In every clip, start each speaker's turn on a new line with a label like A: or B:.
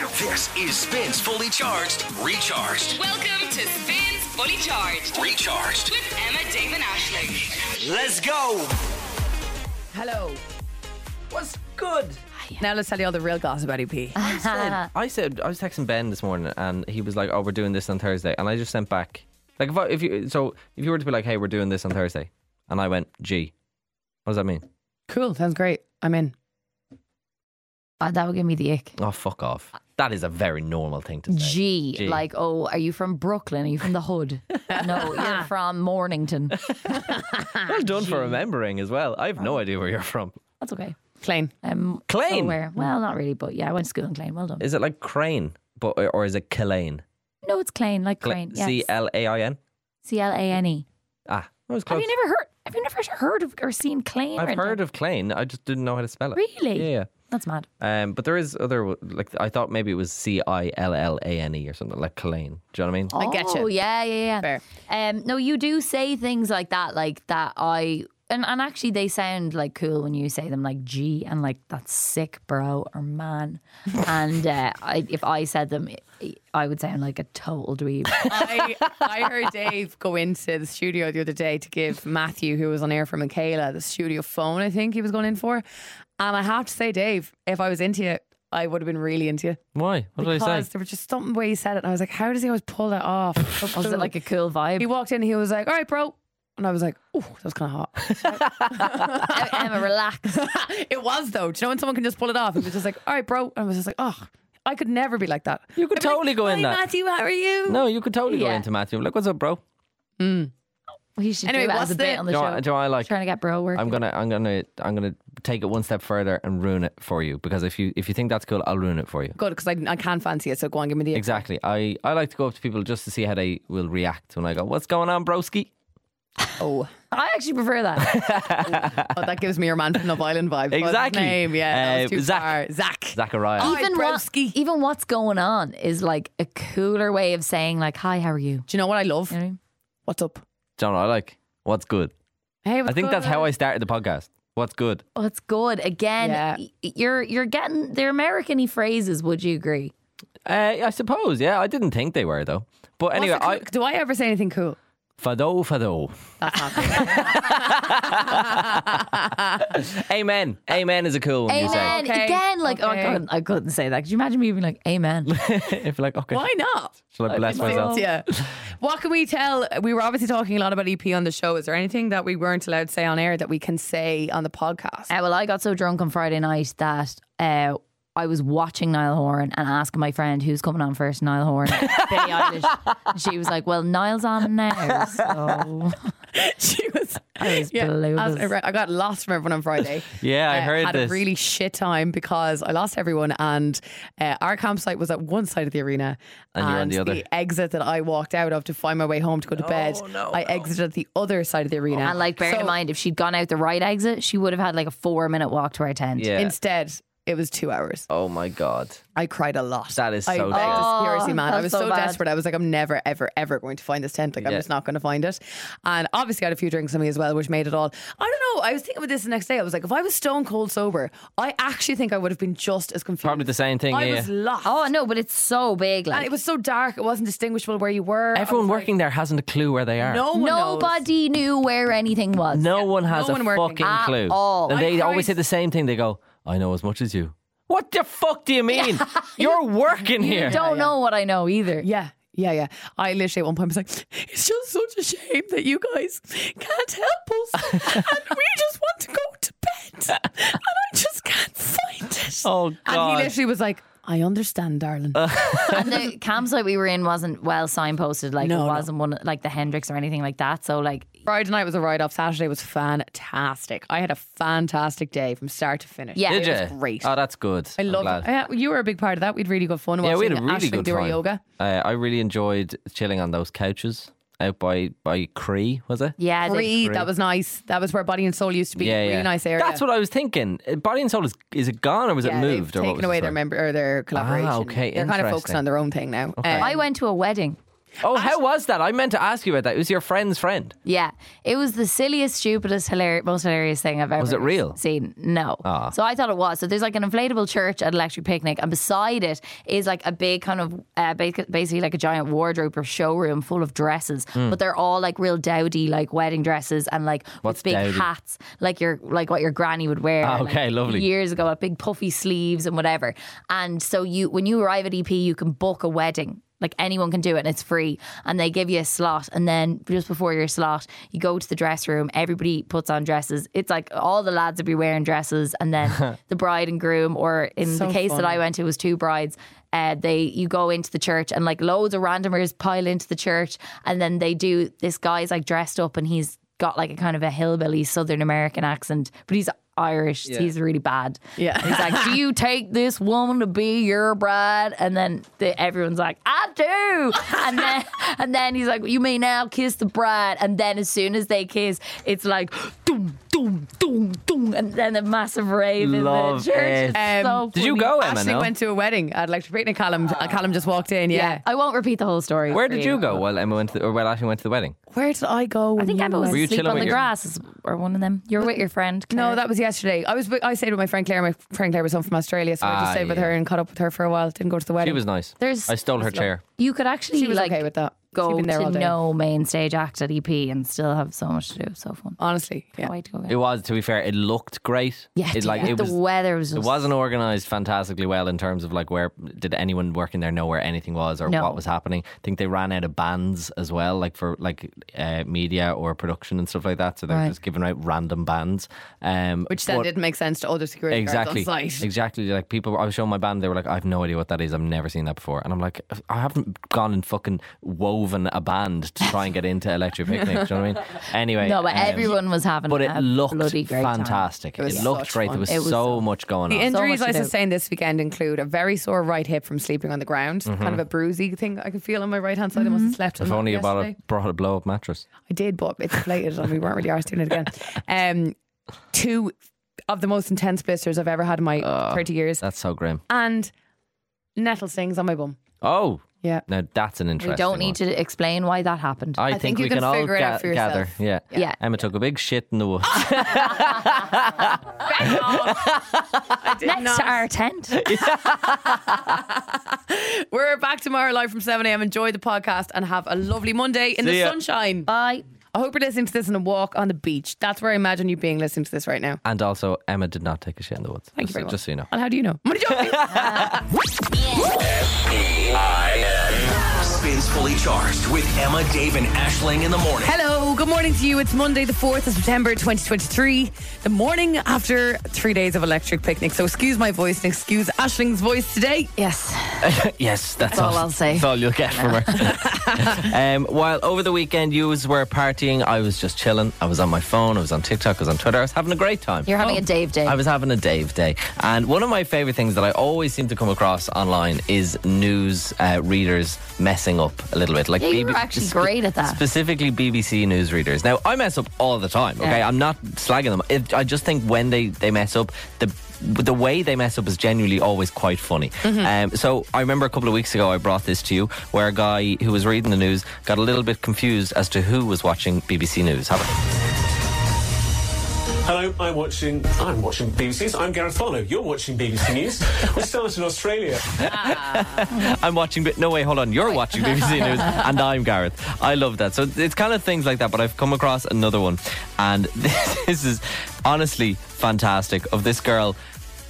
A: This is Spins Fully Charged, Recharged,
B: Welcome to Spins Fully Charged
A: Recharged.
B: with Emma Damon Ashley.
A: Let's go.
C: Hello. What's good? Now let's tell you all the real gossip about E EP.
D: said- I said I was texting Ben this morning, and he was like, "Oh, we're doing this on Thursday," and I just sent back like if, I, if you so if you were to be like, "Hey, we're doing this on Thursday," and I went, "Gee, what does that mean?"
C: Cool. Sounds great. I'm in.
E: Uh, that would give me the ick.
D: Oh, fuck off! That is a very normal thing to say.
E: G,
D: Gee.
E: like, oh, are you from Brooklyn? Are you from the hood? no, you're from Mornington. Ah,
D: well done for remembering as well. I have
E: Oh.
D: no idea where you're from.
E: That's okay.
C: Plain.
E: Um,
D: Clane?
E: Where? Well, not really, but yeah, I went to school in Clane. Well done.
D: Is it like Crane, but or is it Killeen?
E: no, it's Clane, like Crane.
D: C L A I N.
E: C L A N E.
D: Ah, I was
E: Have
D: close.
E: you never heard? Have you never heard of or seen Clane?
D: I've heard of Clane. I just didn't know how to spell it.
E: Really?
D: Yeah.
E: That's mad.
D: Um, but there is other like I thought maybe it was C I L L A N E or something like Killeen. Do you know what I mean?
E: I
C: get
E: Oh
C: you.
E: yeah, yeah, yeah.
C: Fair.
E: Um, no, you do say things like that, like that. I and, and actually, they sound like cool when you say them, like "gee" and like "that's sick, bro" or "man." and uh, I, if I said them, I would sound like a total dweeb.
C: I, I heard Dave go into the studio the other day to give Matthew, who was on air for Michaela, the studio phone, I think he was going in for. And I have to say, Dave, if I was into you, I would have been really into you.
D: Why? What did I
C: Because
D: say?
C: there was just something way he said it. And I was like, how does he always pull that off?
E: Was it like a cool vibe?
C: He walked in and he was like, all right, bro. And I was like, oh, that was kind of hot.
E: Emma, relax.
C: it was though. Do you know when someone can just pull it off? It was just like, all right, bro. And I was just like, oh, I could never be like that.
D: You could
C: I'd be like,
D: totally go in
C: "Hi,
D: that."
C: Matthew, how are you?
D: No, you could totally go
E: Yeah.
D: into Matthew. Like, what's up, bro?
E: We should
C: Anyway,
E: do it
C: what's
E: as a
C: the-
E: bit on the
D: Do you know
E: show.
D: what- do you know what I like?
E: Trying to get bro work.
D: I'm gonna, I'm gonna, I'm gonna take it one step further and ruin it for you because if you if you think that's cool, I'll ruin it for you.
C: Good, because I, I can fancy it. So go on, give me the.
D: Exactly. I I like to go up to people just to see how they will react when I go, "What's going on, broski?"
C: Oh,
E: I actually prefer that.
C: oh, that gives me your man from Love Island vibe. What's his
D: Exactly.
C: name? Yeah, that was
D: Uh,
C: too
D: Zach.
C: far. Zach.
D: Zachariah.
C: Oh. Hi,
E: even what,
C: broski.
E: even what's going on is like a cooler way of saying like, "Hi, how are you?"
C: Do you know what I love?
E: You know what I mean?
C: What's up?
D: John, I like what's good.
C: Hey, what's
D: I think that's
C: good? eh?
D: how I started the podcast. What's good?
E: Oh, it's good. Again,
C: Yeah.
E: y- you're you're getting their American-y phrases, would you agree?
D: Uh, I suppose. Yeah, I didn't think they were though. But
C: What's
D: anyway,
C: the cool-
D: I
C: do I ever say anything cool?
D: fado fado.
C: That's not cool.
D: Amen. Amen is a cool one.
E: Amen.
C: Okay.
E: Again, like oh, I
C: Okay.
E: couldn't I couldn't say that. Could you imagine me being like, Amen? Uh,
D: You say. if like okay,
C: Why not?
D: shall I bless myself?
C: Yeah. What can we tell? We were obviously talking a lot about EP on the show. Is there anything that we weren't allowed to say on air that we can say on the podcast?
E: Uh, well, I got so drunk on Friday night that uh, I was watching Niall Horan and asking my friend who's coming on first, Niall Horan, Billie Eilish. And she was like, "Well, Niall's on now." So
C: she was.
E: I was blue
C: as-
E: as-
C: I re- I got lost from everyone on Friday.
D: Yeah, I
C: Uh,
D: heard
C: had
D: this.
C: a really shit time because I lost everyone, and uh, our campsite was at one side of the arena,
D: And you were on the other.
C: exit that I walked out of to find my way home to go to bed, I exited at the other side of the arena.
E: and like, bearing
C: So
E: in mind, if she'd gone out the right exit, she would have had like a four-minute walk to our tent.
D: yeah.
C: instead, it was two hours.
D: oh my god,
C: I cried a lot.
D: that is
C: I
D: so.
C: begged
D: true.
C: a security
E: Oh,
C: man. I
E: that's
C: was so,
E: so bad.
C: desperate. I was like, I'm never, ever, ever going to find this tent. Like, I'm
D: Yeah.
C: just not going to find it. And obviously, I had a few drinks on me as well, which made it all. I don't know. I was thinking about this the next day. I was like, if I was stone cold sober, I actually think I would have been just as confused.
D: Probably the same thing.
C: I
D: yeah.
C: was lost.
E: Oh no, but it's so big. Like
C: and it was so dark. It wasn't distinguishable where you were. I
D: Everyone
C: was
D: working there hasn't a clue where they are.
C: Like, no one knows.
E: nobody knew where anything was.
D: no one has
C: no
D: a
C: one working.
D: fucking
C: At
D: clue.
E: all.
D: And
C: I
D: they
C: cried.
D: always say the same thing. They go, "I know as much as you." What the fuck do you mean? You're working here.
E: Don't know what I know either.
C: Yeah. Yeah, yeah. I literally at one point was like, it's just such a shame that you guys can't help us. and we just want to go to bed. And I just can't find it.
D: Oh,
C: And
D: God. Uh.
C: he literally was like, I understand, darling.
E: and the campsite we were in wasn't well signposted. Like
C: No, no.
E: it wasn't one like the Hendrix or anything like that. So like
C: Friday night was a write off. Saturday was fantastic. I had a fantastic day from start to finish.
E: Yeah.
D: Did
E: It
D: you?
C: was great.
D: Oh, that's good.
C: I loved it. Yeah, you were a big part of that. We had really good fun watching
D: Yeah, we had a really
C: Ashling
D: good
C: do her
D: time.
C: yoga.
D: Uh, I really enjoyed chilling on those couches out by by Cree, was it?
E: yeah, the-
C: Free, that was nice. That was where Body and Soul used to be. really nice area.
D: That's what I was thinking. Uh, Body and Soul is is it gone or was
C: Yeah,
D: it
C: they've
D: moved or
C: taken
D: what was the
C: away their
D: story? Ah,
C: member or their collaboration.
D: okay,
C: they're kind of focusing
D: interesting.
C: on their own thing now. Um,
E: I went to a wedding.
D: Oh, how was that? I meant to ask you about that. It was your friend's friend.
E: Yeah, it was the silliest, stupidest, hilar- most hilarious thing I've ever
D: Was it real? Ah.
E: seen. No. So I thought it was. So there's like an inflatable church at Electric Picnic, and beside it is like a big kind of uh, ba- basically like a giant wardrobe or showroom full of dresses,
D: Hmm.
E: but they're all like real dowdy, like wedding dresses and like
D: What's
E: with big
D: dowdy?
E: hats, like your like what your granny would wear.
D: Ah,
E: like,
D: okay, lovely.
E: Years ago, with big puffy sleeves and whatever. And so you, when you arrive at EP, you can book a wedding. Like anyone can do it and it's free. And they give you a slot. And then just before your slot, you go to the dress room. Everybody puts on dresses. It's like all the lads will be wearing dresses. And then the bride and groom, or in
C: So
E: the case that
C: funny.
E: I went to, it was two brides. Uh, they you go into the church and like loads of randomers pile into the church and then they do this guy's like dressed up and he's got like a kind of a hillbilly southern American accent but he's Irish so he's really bad
C: Yeah.
E: And he's like do you take this woman to be your bride and then the, everyone's like I do and then and then he's like you may now kiss the bride and then as soon as they kiss it's like doom doom doom doom and then a massive rave
D: Love
E: in the church
D: it.
E: It's so
D: Um, Did you
E: funny.
D: go, Emma?
C: Ashley
D: No?
C: went to a wedding at Electric Picnic. Callum, Uh, Callum just walked in. Yeah. Uh,
E: I won't repeat the whole story.
D: Where
E: for
D: did you go? Well, Emma went to the, or well, Ashley went to the wedding.
C: Where did I go?
E: I
C: when
E: think
C: you
E: Emma was
C: went?
D: Were you
E: asleep
D: chilling
E: on
D: with
E: the
D: your-
E: grass, is- or one of them. You're with your friend.
C: No, that was yesterday. I was with- I stayed with my friend Claire. My friend Claire was home from Australia, so I
D: Ah,
C: just stayed with
D: yeah.
C: her and caught up with her for a while. Didn't go to the
D: She
C: wedding.
D: was nice.
E: There's-
D: I stole her chair.
E: you could actually
C: She was
E: like
C: okay with that. She'd
E: go
C: been there
E: to
C: all day.
E: no main stage act at EP and still have so much to do. So fun.
C: honestly. Yeah.
E: Wait to go
D: It was, to be fair, it looked great.
E: yeah,
D: it, like
E: yeah.
D: it
E: the
D: was.
E: weather was.
D: It
E: Just,
D: wasn't organized fantastically well in terms of like where did anyone working there know where anything was or
E: No.
D: what was happening. I think they ran out of bands as well, like for like uh, media or production and stuff like that. So they were
E: Right.
D: just giving out random bands, um,
C: Which then
D: but-
C: didn't make sense to other security
D: Exactly.
C: guards on site.
D: Exactly. Like people, I was showing my band. They were like, "I have no idea what that is. I've never seen that before." And I'm like, "I haven't gone and fucking woven a band to try and get into Electric Picnic." do you know what I mean? Anyway,
E: No, but
D: um,
E: everyone was having.
D: But
E: a
D: it looked
E: bloody great time.
D: fantastic. It,
C: was
D: looked
C: such
D: great.
C: fun.
D: There was,
E: It was
D: so
E: so-
D: much going on.
C: The injuries
E: much
C: I
E: to do.
C: sustained this weekend include a very sore right hip from sleeping on the ground, kind of a bruisy thing I can feel on my right hand side. I must have slept. on
D: Mm-hmm. if
C: that
D: only you bought a,
C: yesterday.
D: brought a blow up mattress.
C: I did, but it's deflated and we weren't really arsed doing it again. Um, two of the most intense blisters I've ever had in my 30 years,
D: That's so grim.
C: and nettle stings on my bum.
D: Oh,
C: Yeah.
D: now that's an interesting.
E: We don't need
D: one.
E: to explain why that happened.
D: I,
C: think you
D: we
C: can
D: all
C: figure it out
D: ga-
C: for yourself.
D: gather. Yeah.
E: Yeah.
D: Emma took a big shit in the woods.
E: Next to our tent.
C: We're back tomorrow live from 7 a.m. Enjoy the podcast and have a lovely Monday in
D: See
C: the
D: ya.
C: sunshine.
E: Bye.
C: I hope you're listening to this on a walk on the beach. That's where I imagine you being listening to this right now.
D: and also, Emma did not take a shit in the woods.
C: Thank you
D: just,
C: very much.
D: Just so you know.
C: And how do you know? I'm only joking.
A: E Spins fully charged with Emma, Dave, and Ashling in the morning.
C: Hello, good morning to you. It's Monday, the 4th of September 2023, the morning after three days of electric picnic. So, excuse my voice and excuse Ashling's voice today.
E: Yes.
D: Yes, that's,
E: all I'll say.
D: That's all you'll get from her. um, while over the weekend you were partying, I was just chilling. I was on my phone. I was on TikTok. I was on Twitter. I was having a great time. Oh,
E: You're having a Dave day.
D: I was having a Dave day. And one of my favourite things that I always seem to come across online is news uh, readers messing up a little bit. Like
E: Yeah, you were actually great at that.
D: Specifically BBC news readers. Now, I mess up all the time, okay?
E: Yeah.
D: I'm not slagging them. It, I just think when they, they mess up, the the way they mess up is genuinely always quite funny. Um, so I remember a couple of weeks ago I brought this to you, where a guy who was reading the news got a little bit confused as to who was watching BBC News. Have a-
F: Hello, I'm watching. I'm watching BBC. News. I'm Gareth Barlow. You're watching BBC News. We start in Australia.
D: I'm watching, but no, wait, hold on. You're watching BBC News, and I'm Gareth. I love that. So it's kind of things like that, but I've come across another one, and this is honestly fantastic of this girl.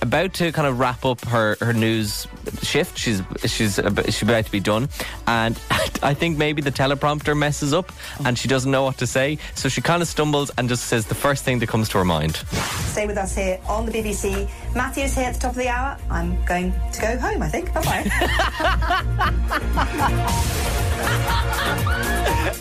D: About to kind of wrap up her, her news shift. She's she's ab- she's about to be done, and I think maybe the teleprompter messes up, and she doesn't know what to say. So she kind of stumbles and just says the first thing that comes to her mind.
G: Stay with us here on the BBC. Matthew's here at the top of the hour. I'm going to go home, I think. Bye bye.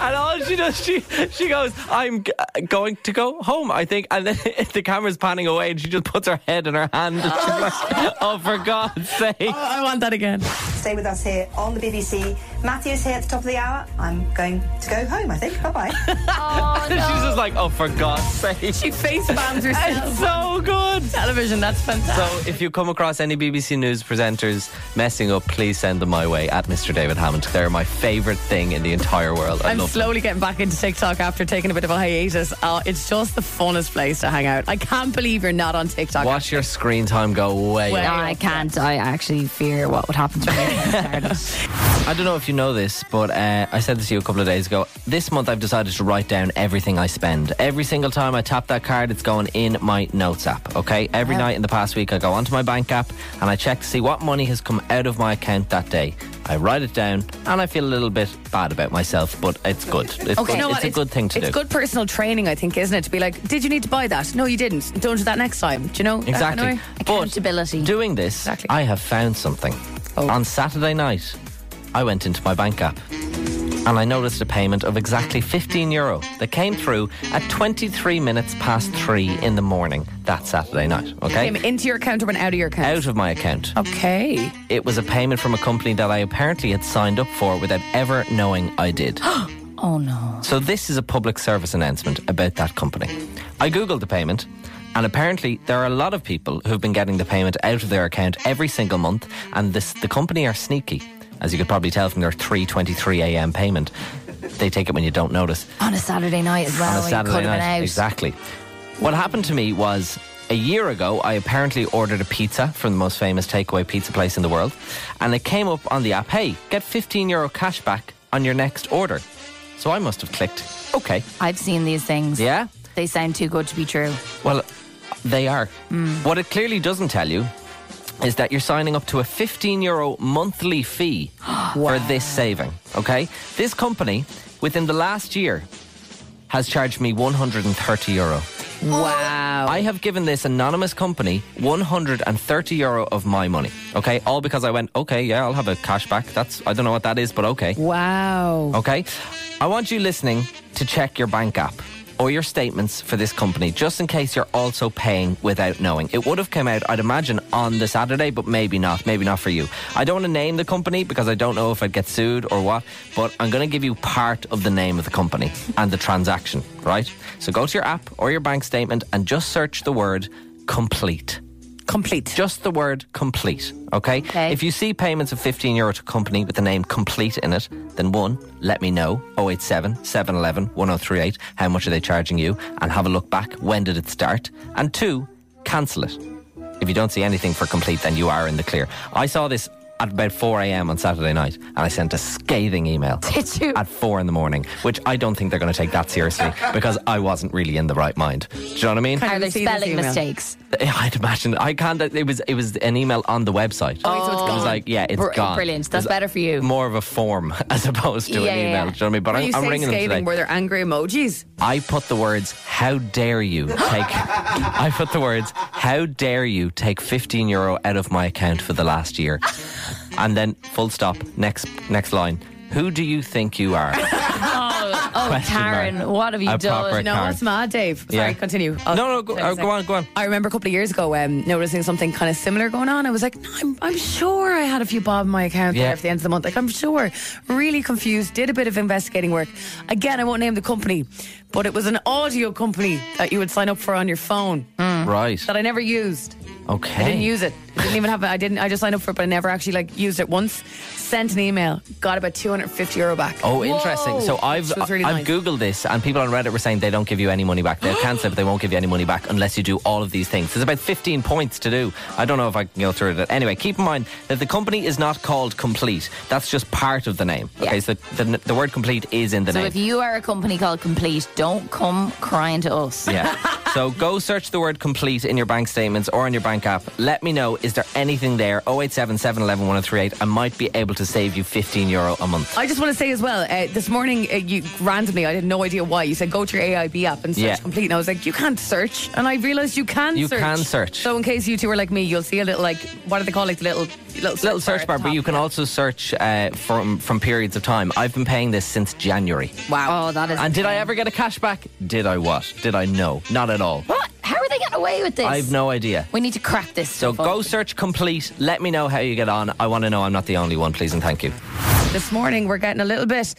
D: And all she does, she she goes, "I'm g- going to go home, I think." And then the camera's panning away, and she just puts her head in her hand. And she's like, oh, for God's sake!
C: I want that again.
G: Stay with us here on the BBC. Matthew's here at the top of the hour. I'm going to go home, I think. Bye bye.
E: Oh, no.
D: She's just like, oh, for God's sake.
C: She face bombs herself.
D: It's so good.
C: Television, that's fantastic.
D: So if you come across any BBC News presenters messing up, please send them my way at Mr. David Hammond. They're my favourite thing in the entire world. I
C: I'm
D: love them.
C: slowly getting back into TikTok after taking a bit of a hiatus. Oh, it's just the funnest place to hang out. I can't believe you're not on TikTok.
D: Watch your screen time go way
C: Well,
E: No,
D: up.
E: I can't. I actually fear what would happen to me if I started.
D: I don't know if you know this, but uh, I said this to you a couple of days ago. This month, I've decided to write down everything I spend. Every single time I tap that card, it's going in my notes app. Okay. Every night in the past week, I go onto my bank app and I check to see what money has come out of my account that day. I write it down, and I feel a little bit bad about myself, but it's good. It's,
C: Okay,
D: good.
C: you know
D: it's
C: what?
D: a good thing to
C: it's
D: do.
C: good personal training, I think, isn't it? To be like, did you need to buy that? No, you didn't. Don't do that next time. Do you know? that kind of
D: Exactly.
C: way?
E: Accountability.
D: But doing this,
C: Exactly.
D: I have found something. On Saturday night, I went into my bank app and I noticed a payment of exactly 15 euro that came through at 23 minutes past three in the morning that Saturday night. Okay?
C: Came into your account or went out of your account.
D: Out of my account.
C: Okay.
D: It was a payment from a company that I apparently had signed up for without ever knowing I did.
E: Oh no.
D: So this is a public service announcement about that company. I googled the payment and apparently there are a lot of people who've been getting the payment out of their account every single month and this the company are sneaky as you could probably tell from their 3:23 a.m. payment. They take it when you don't notice
E: On a Saturday night as well.
D: on a
E: when
D: Saturday
E: you could have been
D: night.
E: out.
D: Exactly. What happened to me was a year ago, I apparently ordered a pizza from the most famous takeaway pizza place in the world, and it came up on the app hey, get 15 euro cash back on your next order. So I must have clicked, okay.
E: I've seen these things.
D: Yeah?
E: They sound too good to be true.
D: Well, they are. What it clearly doesn't tell you is that you're signing up to a 15 euro monthly fee for this saving, okay? This company, within the last year, has charged me 130 euro.
C: Oh, Wow.
D: I have given this anonymous company 130 euro of my money, okay? All because I went, okay, yeah, I'll have a cashback. That's, I don't know what that is, but okay.
C: wow.
D: Okay? I want you listening to check your bank app or your statements for this company just in case you're also paying without knowing. It would have come out, I'd imagine, on the Saturday, but maybe not. Maybe not for you. I don't want to name the company because I don't know if I'd get sued or what, but I'm going to give you part of the name of the company and the transaction, right? So go to your app or your bank statement and just search the word complete.
C: Complete.
D: Just the word complete, okay?
E: Okay.
D: If you see payments of 15 euro to company with the name complete in it, then one, let me know 087 711 1038. How much are they charging you? And have a look back. When did it start? And two, cancel it. If you don't see anything for complete, then you are in the clear. I saw this at about 4 a.m. on Saturday night and I sent a scathing email
E: Did you?
D: at four in the morning, which I don't think they're going to take that seriously because I wasn't really in the right mind. Do you know what I mean?
E: Are
C: I've
E: there
C: seen this
E: spelling
C: email.
E: mistakes?
D: I'd imagine I can't. It was it was an email on the website.
C: Oh, so it's
D: It was
C: gone.
D: like yeah, it's
E: Br-
D: gone.
E: Brilliant. That's
D: It was
E: better for you.
D: More of a form as opposed to
E: Yeah,
D: an
E: yeah, yeah.
D: email. Do you know what I mean? But
C: Were
D: I'm,
C: you
D: I'm
C: saying
D: ringing them
C: scathing?
D: today.
C: Were there angry emojis?
D: I put the words "How dare you take." I put the words "How dare you take 15 euro out of my account for the last year," and then full stop. Next next line. Who do you think you are?
E: Oh, oh
D: Question mark.
E: Karen, what have you
D: A
E: done?
D: proper
C: No,
D: Karen.
C: what's mad, Dave? Sorry,
D: Yeah.
C: continue.
D: no,
C: I'll-
D: no, go,
C: Sorry,
D: uh,
C: sorry.
D: go on, go on.
C: I remember a couple of years ago um, noticing something kind of similar going on. I was like, no, I'm, I'm sure I had a few bob in my account
D: Yeah.
C: there at the end of the month. Like, I'm sure. Really confused. Did a bit of investigating work. Again, I won't name the company, but it was an audio company that you would sign up for on your phone
E: Mm.
D: Right.
C: that I never used.
D: Okay.
C: I didn't use it. It didn't even have. I didn't. I just signed up for it, but I never actually like used it once. Sent an email. Got about 250 euro back.
D: Oh, interesting. So I've
C: Which was really nice.
D: I've googled this, and people on Reddit were saying they don't give you any money back. They'll cancel, it, but they won't give you any money back unless you do all of these things. There's about 15 points to do. I don't know if I can go through it. Anyway, keep in mind that the company is not called Complete. That's just part of the name. Okay,
E: Yeah.
D: so the, the, the word Complete is in the
E: So
D: name.
E: if you are a company called Complete, don't come crying to us.
D: Yeah. So go search the word complete in your bank statements or in your bank app. Let me know, is there anything there? 087 711 1038. I might be able to save you 15 euro a month.
C: I just want to say as well, uh, this morning uh, you randomly, I had no idea why, you said go to your AIB app and search
D: Yeah.
C: complete. And I was like, you can't search. And I realised you can
D: You
C: search.
D: can search.
C: So in case you two are like me, you'll see a little, like, what do they call like the little, little search
D: little search
C: at
D: bar,
C: the
D: but
C: top.
D: you can also search uh, from from periods of time. I've been paying this since January.
E: Wow. Oh, that is.
D: And did I ever get a cashback? Did I what? Did I no? Not at all.
E: What? How are are they getting away with this?
D: I've no idea.
E: We need to crack this.
D: So
E: stuff
D: go
E: up.
D: search complete. Let me know how you get on. I want to know I'm not the only one, please and thank you.
C: This morning we're getting a little bit,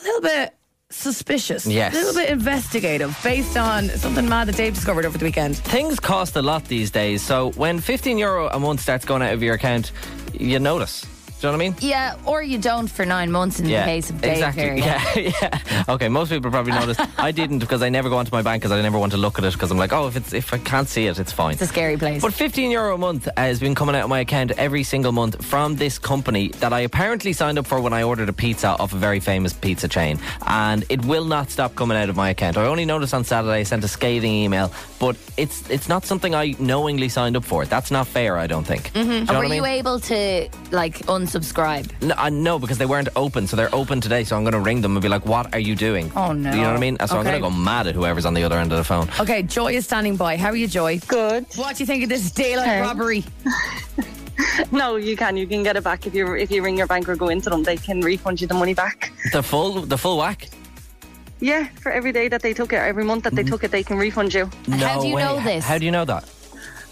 C: a little bit suspicious.
D: Yes.
C: A little bit investigative based on something mad that Dave discovered over the weekend.
D: Things cost a lot these days, so when 15 euro a month starts going out of your account, you notice. Do you know what I mean?
E: Yeah, or you don't for nine months in the case of Dave here.
D: exactly. Yeah, yeah. Okay, most people probably noticed. I didn't because I never go onto my bank because I never want to look at it because I'm like, oh, if it's if I can't see it, it's fine.
E: It's a scary place.
D: But 15 euro a month has been coming out of my account every single month from this company that I apparently signed up for when I ordered a pizza off a very famous pizza chain. And it will not stop coming out of my account. I only noticed on Saturday I sent a scathing email, but it's it's not something I knowingly signed up for. That's not fair, I don't think. Mm-hmm.
E: And were you able to like unsubscribe?
D: No, uh, no, because they weren't open. So they're open today. So I'm going to ring them and be like, "What are you doing?"
E: Oh, no.
D: You know what I mean? So I'm
C: Okay.
D: going to go mad at whoever's on the other end of the phone.
C: Okay, Joy is standing by. How are you, Joy?
H: Good.
C: What do you think of this daylight
H: Okay.
C: robbery?
H: No, you can. You can get it back if you if you ring your bank or go into them. They can refund you the money back.
D: The full, the full whack.
H: Yeah, for every day that they took it, every month that they
D: Mm-hmm.
H: took it, they can refund you.
D: No
E: How do you
D: way.
E: know this?
D: How do you know that?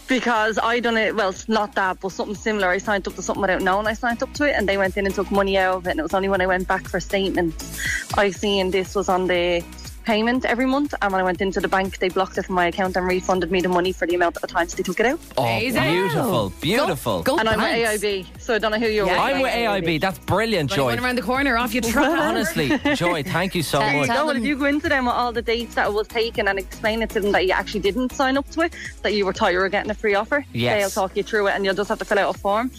H: Because I done it. Well, it's not that, but something similar. I signed up to something without knowing. I signed up to it, and they went in and took money out of it. And it was only when I went back for statements, I seen this was on the payment every month. And when I went into the bank, they blocked it from my account and refunded me the money for the amount of times they took it out.
D: Oh,
C: Amazing.
D: beautiful, beautiful.
E: Go, go
H: And I'm with
E: banks.
H: AIB, so I don't know who you're.
C: Yeah.
H: with.
D: I'm with AIB. That's brilliant,
C: Going
D: Joy.
C: around the corner, off you trot.
D: Honestly, Joy, thank you so
E: Tell-
D: much.
E: tell-
H: No, well, if
E: them-
H: you go into them with all the dates that it was taken and explain it to them that you actually didn't sign up to it, that you were thought you were getting a free offer,
D: Yes.
H: they'll talk you through it and you'll just have to fill out a form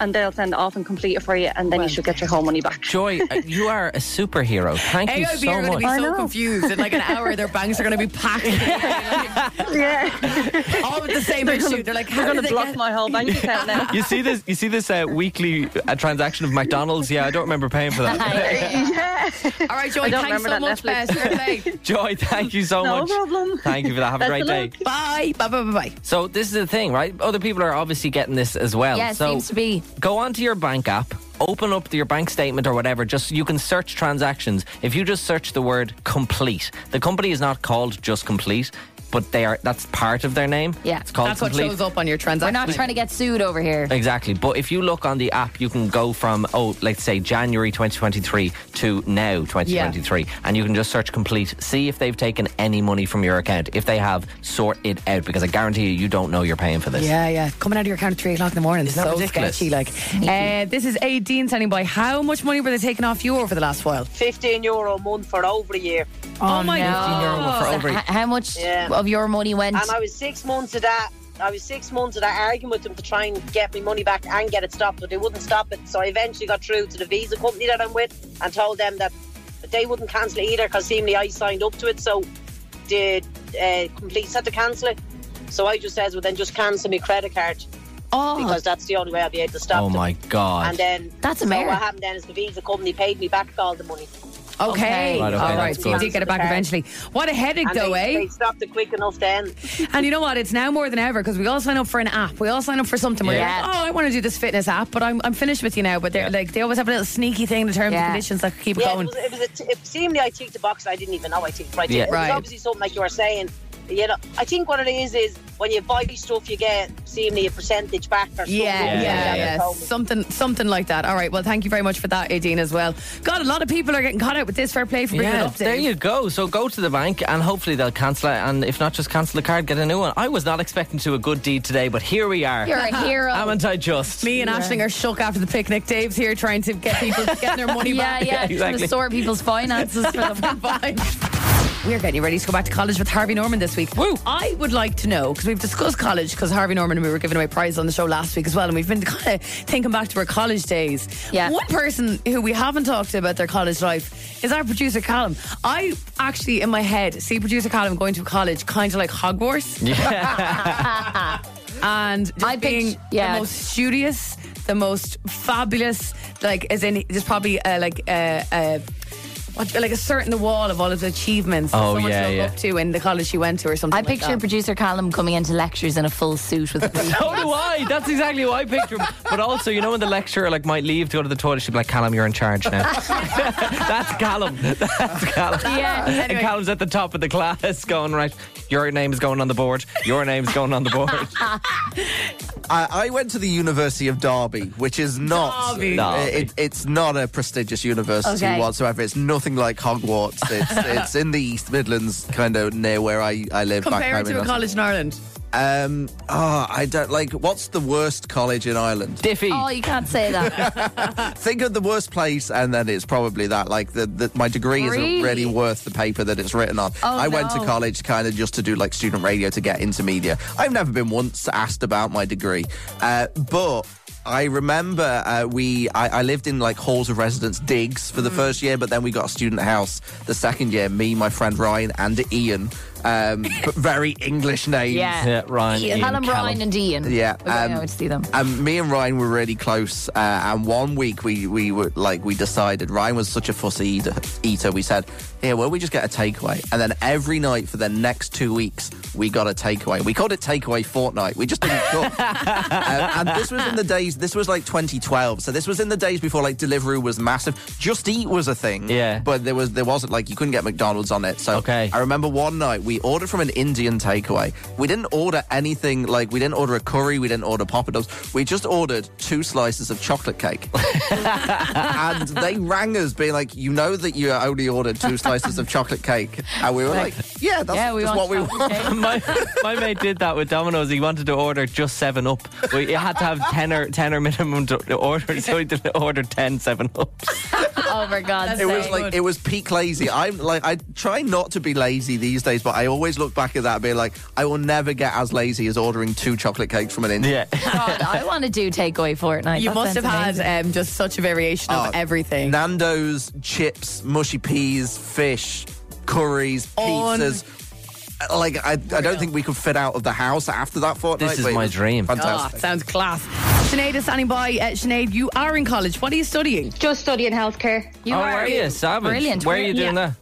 H: and they'll send it off and complete it for you and then you should get your whole money back.
D: Joy, uh, you are a superhero. Thank you
C: AIB
D: so
C: are going to
D: much.
C: be so confused. In like an hour, their banks are going to be packed.
H: yeah.
C: all with the same issue. They're like, how
H: They're going
C: did
H: to
C: they
H: block
C: get-
H: my whole bank account now.
D: You see this? You see this uh, weekly uh, transaction of McDonald's? Yeah, I don't remember paying for that.
H: yeah.
C: All right, Joy,
H: I don't
C: thanks
H: remember
C: so much,
H: that Netflix.
C: Bess. Fair play.
D: Joy, thank you so
H: No
D: much.
H: problem.
D: Thank you for that. Have a
H: Best
D: great
H: of
D: day.
H: luck.
C: Bye. Bye, bye, bye, bye.
D: So this is the thing, right? Other people are obviously getting this as well.
E: Yeah, it
D: so
E: seems to be.
D: go onto your bank app, open up your bank statement or whatever. Just you can search transactions. If you just search the word complete, the company is not called just complete, but they are. That's part of their name.
E: Yeah.
D: it's called
C: That's what
D: complete.
C: shows up on your
E: We're
C: transaction.
E: not trying to get sued over here.
D: Exactly. But if you look on the app, you can go from, oh, let's say January 2023 to now 2023. And you can just search complete, see if they've taken any money from your account. If they have, sort it out because I guarantee you, you don't know you're paying for this.
C: Yeah, yeah. Coming out of your account at three o'clock in the morning.
D: Isn't that
C: so
D: ridiculous?
C: sketchy. Like, uh, this is A. Dean standing by. How much money were they taking off you over the last while?
I: 15 euro a month for over a year.
C: Oh, my
D: €15 for
E: Oh, So
D: over-
E: h- how much
I: Yeah.
E: of your money went?
I: And I was six months of that. I was six months of that arguing with them to try and get me money back and get it stopped, but they wouldn't stop it. So I eventually got through to the visa company that I'm with and told them that they wouldn't cancel it either because seemingly I signed up to it. So the uh, complete set to cancel it. So I just says, well, then just cancel my credit card
E: oh,
I: because that's the only way I'll be able to stop
D: Oh
I: them.
D: my
I: And
D: God.
I: then
E: That's
I: so
E: America.
I: what happened then is the visa company paid me back all the money.
C: Oh, Okay.
E: Okay.
D: Right, okay,
C: All right.
D: that's
C: So you
D: good.
C: did get it back eventually. What a headache,
I: And
C: though,
I: they,
C: eh?
I: they stopped it quick enough then.
C: And you know what? It's now more than ever because we all sign up for an app. We all sign up for something. We're
E: Yeah.
C: like, oh, I want to do this fitness app, but I'm, I'm finished with you now. But they're like, they always have a little sneaky thing, the terms
E: Yeah.
C: and conditions that keep it
I: Yeah, it
C: going.
I: was, it was a t- it seemingly I ticked the box. I didn't even know I ticked. Right,
D: Yeah.
I: it
C: Right.
I: was obviously something like you were saying. You know, I think what it is is when you buy stuff, you get seemingly a percentage back or something.
C: Yeah, yeah,
I: like
C: yeah,
I: that, they told me.
C: Something, something like that. All right. Well, thank you very much for that, Adine, as well. God, a lot of people are getting caught out with this. Fair play for bringing it
D: Yeah,
C: up.
D: there
C: Dave.
D: you go. So go to the bank and hopefully they'll cancel it. And if not, just cancel the card, get a new one. I was not expecting to a good deed today, but here we are.
E: you're a hero.
D: Haven't I just?
C: Me and Ashling are shook after the picnic. Dave's here trying to get people getting their money
E: yeah,
C: back.
E: yeah. Just
D: exactly.
E: gonna sort people's finances for them.
C: We're getting ready to go back to college with Harvey Norman this week.
D: Woo.
C: I would like to know because we've discussed college because Harvey Norman and we were giving away prizes on the show last week as well, and we've been kind of thinking back to our college days.
E: Yeah.
C: One person who we haven't talked to about their college life is our producer Callum. I actually in my head see producer Callum going to college kind of like Hogwarts. Yeah. and just
E: I
C: being
E: picture- yeah.
C: the most studious, the most fabulous, like as in just probably uh, like. Uh, uh, what, like a certain the wall of all of the achievements that
D: Oh,
C: someone
D: yeah,
C: to look
D: yeah.
C: up to in the college she went to or something.
E: I
C: like
E: picture
C: that.
E: producer Callum coming into lectures in a full suit with.
D: So Oh, do I. That's exactly what I picture. him. But also, you know, when the lecturer like might leave to go to the toilet, she'd be like, "Callum, you're in charge now." That's Callum. That's Callum.
E: Yeah.
D: And Callum's at the top of the class, going right. Your name's going on the board. Your name's going on the board.
J: I, I went to the University of Derby, which is not uh,
C: Derby.
D: Derby.
J: It, it's not a prestigious university
E: Okay.
J: whatsoever. It's nothing like Hogwarts. It's it's in the East Midlands, kind of near where I, I live. back
C: Compare it
J: home in
C: to a
J: Nottingham.
C: college in Ireland.
J: Um, oh, I don't like. What's the worst college in Ireland?
D: Diffy.
E: Oh, you can't say that.
J: Think of the worst place, and then it's probably that. Like the, the my degree
E: Really?
J: isn't really worth the paper that it's written on.
E: Oh,
J: I went to
E: no.
J: college kind of just to do like student radio to get into media. I've never been once asked about my degree, uh, but. I remember uh, we I, I lived in like halls of residence digs for the first year, but then we got a student house the second year. Me, my friend Ryan, and Ian, um, but very English names.
E: Yeah.
D: yeah, Ryan. Ian,
E: Callum, Ryan, and Ian.
J: Yeah,
E: we're going
J: um,
E: out to see them.
J: um, me and Ryan were really close, uh, and one week we we were like we decided Ryan was such a fussy eater. eater we said, "Here, well, we just get a takeaway?" And then every night for the next two weeks, we got a takeaway. We called it Takeaway Fortnight. We just didn't cook. um, and this was in the days. This was like 2012, so this was in the days before like Deliveroo was massive. Just Eat was a thing.
D: Yeah.
J: but there was there wasn't like you couldn't get McDonald's on it. So
D: Okay.
J: I remember one night we ordered from an Indian takeaway. We didn't order anything like we didn't order a curry, we didn't order poppadoms. We just ordered two slices of chocolate cake. and they rang us being like, "You know that you only ordered two slices of chocolate cake." And we were like, "Yeah, that's
E: yeah, we
J: just
E: want
J: what we
E: chocolate
J: want."
E: cake.
D: my, my mate did that with Domino's. He wanted to order just seven up. We you had to have ten or ten or minimum to to order, so he did order ten seven ups.
E: Oh my God!
J: It was like it was peak lazy. I'm like I try not to be lazy these days, but I always look back at that and be like, I will never get as lazy as ordering two chocolate cakes from an Indian.
D: Yeah.
E: God, I want to do takeaway Fortnite.
C: You
E: That
C: must have
E: sounds amazing.
C: had um, just such a variation of
J: Oh,
C: everything.
J: Nando's, chips, mushy peas, fish, curries,
C: On-
J: pizzas. Like I, I don't think we could fit out of the house after that fortnight.
D: This is
J: but it
D: my
J: was
D: dream.
C: Ah,
J: Fantastic.
C: sounds class. Sinead is standing by. Uh, Sinead, you are in college. What are you studying?
H: Just studying healthcare.
E: You
D: How are Oh, you, Savage?
E: Brilliant.
D: Where are you doing that?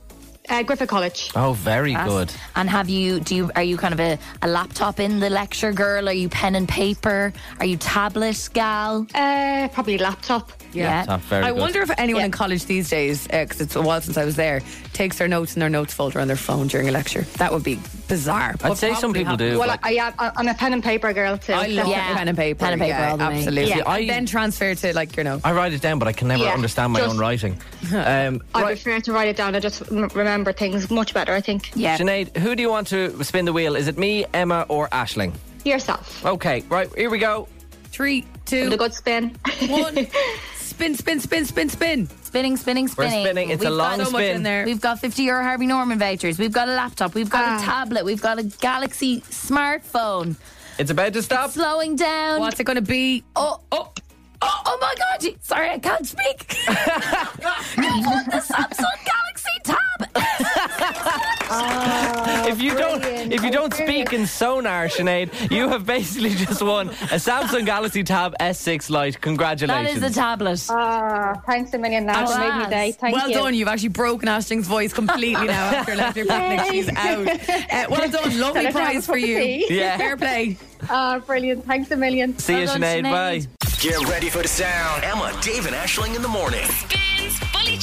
H: Uh, Griffith College.
D: Oh, very good.
E: And have you? Do you? Are you kind of a, a laptop in the lecture girl? Are you pen and paper? Are you tablet gal?
H: Uh, probably laptop.
E: Yeah.
D: That's very
C: I
D: good.
C: wonder if anyone
H: Yeah.
C: in college these days, because it's a while since I was there, takes their notes in their notes folder on their phone during a lecture. That would be bizarre.
D: I'd say some people do.
H: Well,
D: but-
H: I, yeah, I- I'm a pen and paper girl too.
C: I love
E: Yeah.
C: pen and paper.
E: Pen and paper
C: yeah,
E: all the way.
C: absolutely.
H: Yeah.
D: I-
C: And then transfer to like your notes.
D: I write it down, but I can never
H: Yeah,
D: understand my
H: just-
D: own writing. Um,
H: I
D: right,
H: prefer to write it down. I just m- remember things much better. I think
E: Yeah.
D: Sinead, who do you want to spin the wheel? Is it me, Emma, or Ashling?
H: yourself.
D: Okay, right, here we go.
C: Three,
H: Give it a
C: two,
H: good spin.
C: one. Spin, spin, spin, spin, spin.
E: Spinning, spinning,
D: We're
E: spinning.
D: spinning. It's a
E: We've got
D: long
C: so much
D: spin.
C: in there.
E: We've got 50 euro Harvey Norman vouchers. We've got a laptop. We've got a
H: Ah.
E: tablet. We've got a Galaxy smartphone.
D: It's about to stop.
E: Slowing down.
C: What's it going to be?
E: Oh, oh, oh, oh my God. Sorry, I can't speak. We've got the Samsung Galaxy Tab.
D: if you don't, if you don't speak in sonar, Sinead, you have basically just won a Samsung Galaxy Tab S6 Lite.
E: That is
D: Congratulations!
E: a tablet.
H: Ah, thanks a million, lads.
E: Oh,
H: You made me
E: lads.
H: day. Thank
C: well
H: you.
C: done. You've actually broken Ashling's voice completely now after electric picnic. She's out. Uh, well done. Lovely
H: Can I grab
C: prize
H: a
C: for
H: cup of
C: you.
H: tea?
D: Yeah.
C: Fair play.
H: Ah, brilliant. Thanks a million.
D: See you,
E: Well done,
D: Sinead.
E: Sinead.
D: Bye.
A: Get ready for the sound. Emma, Dave, and Ashling in the morning.
B: Spins Fully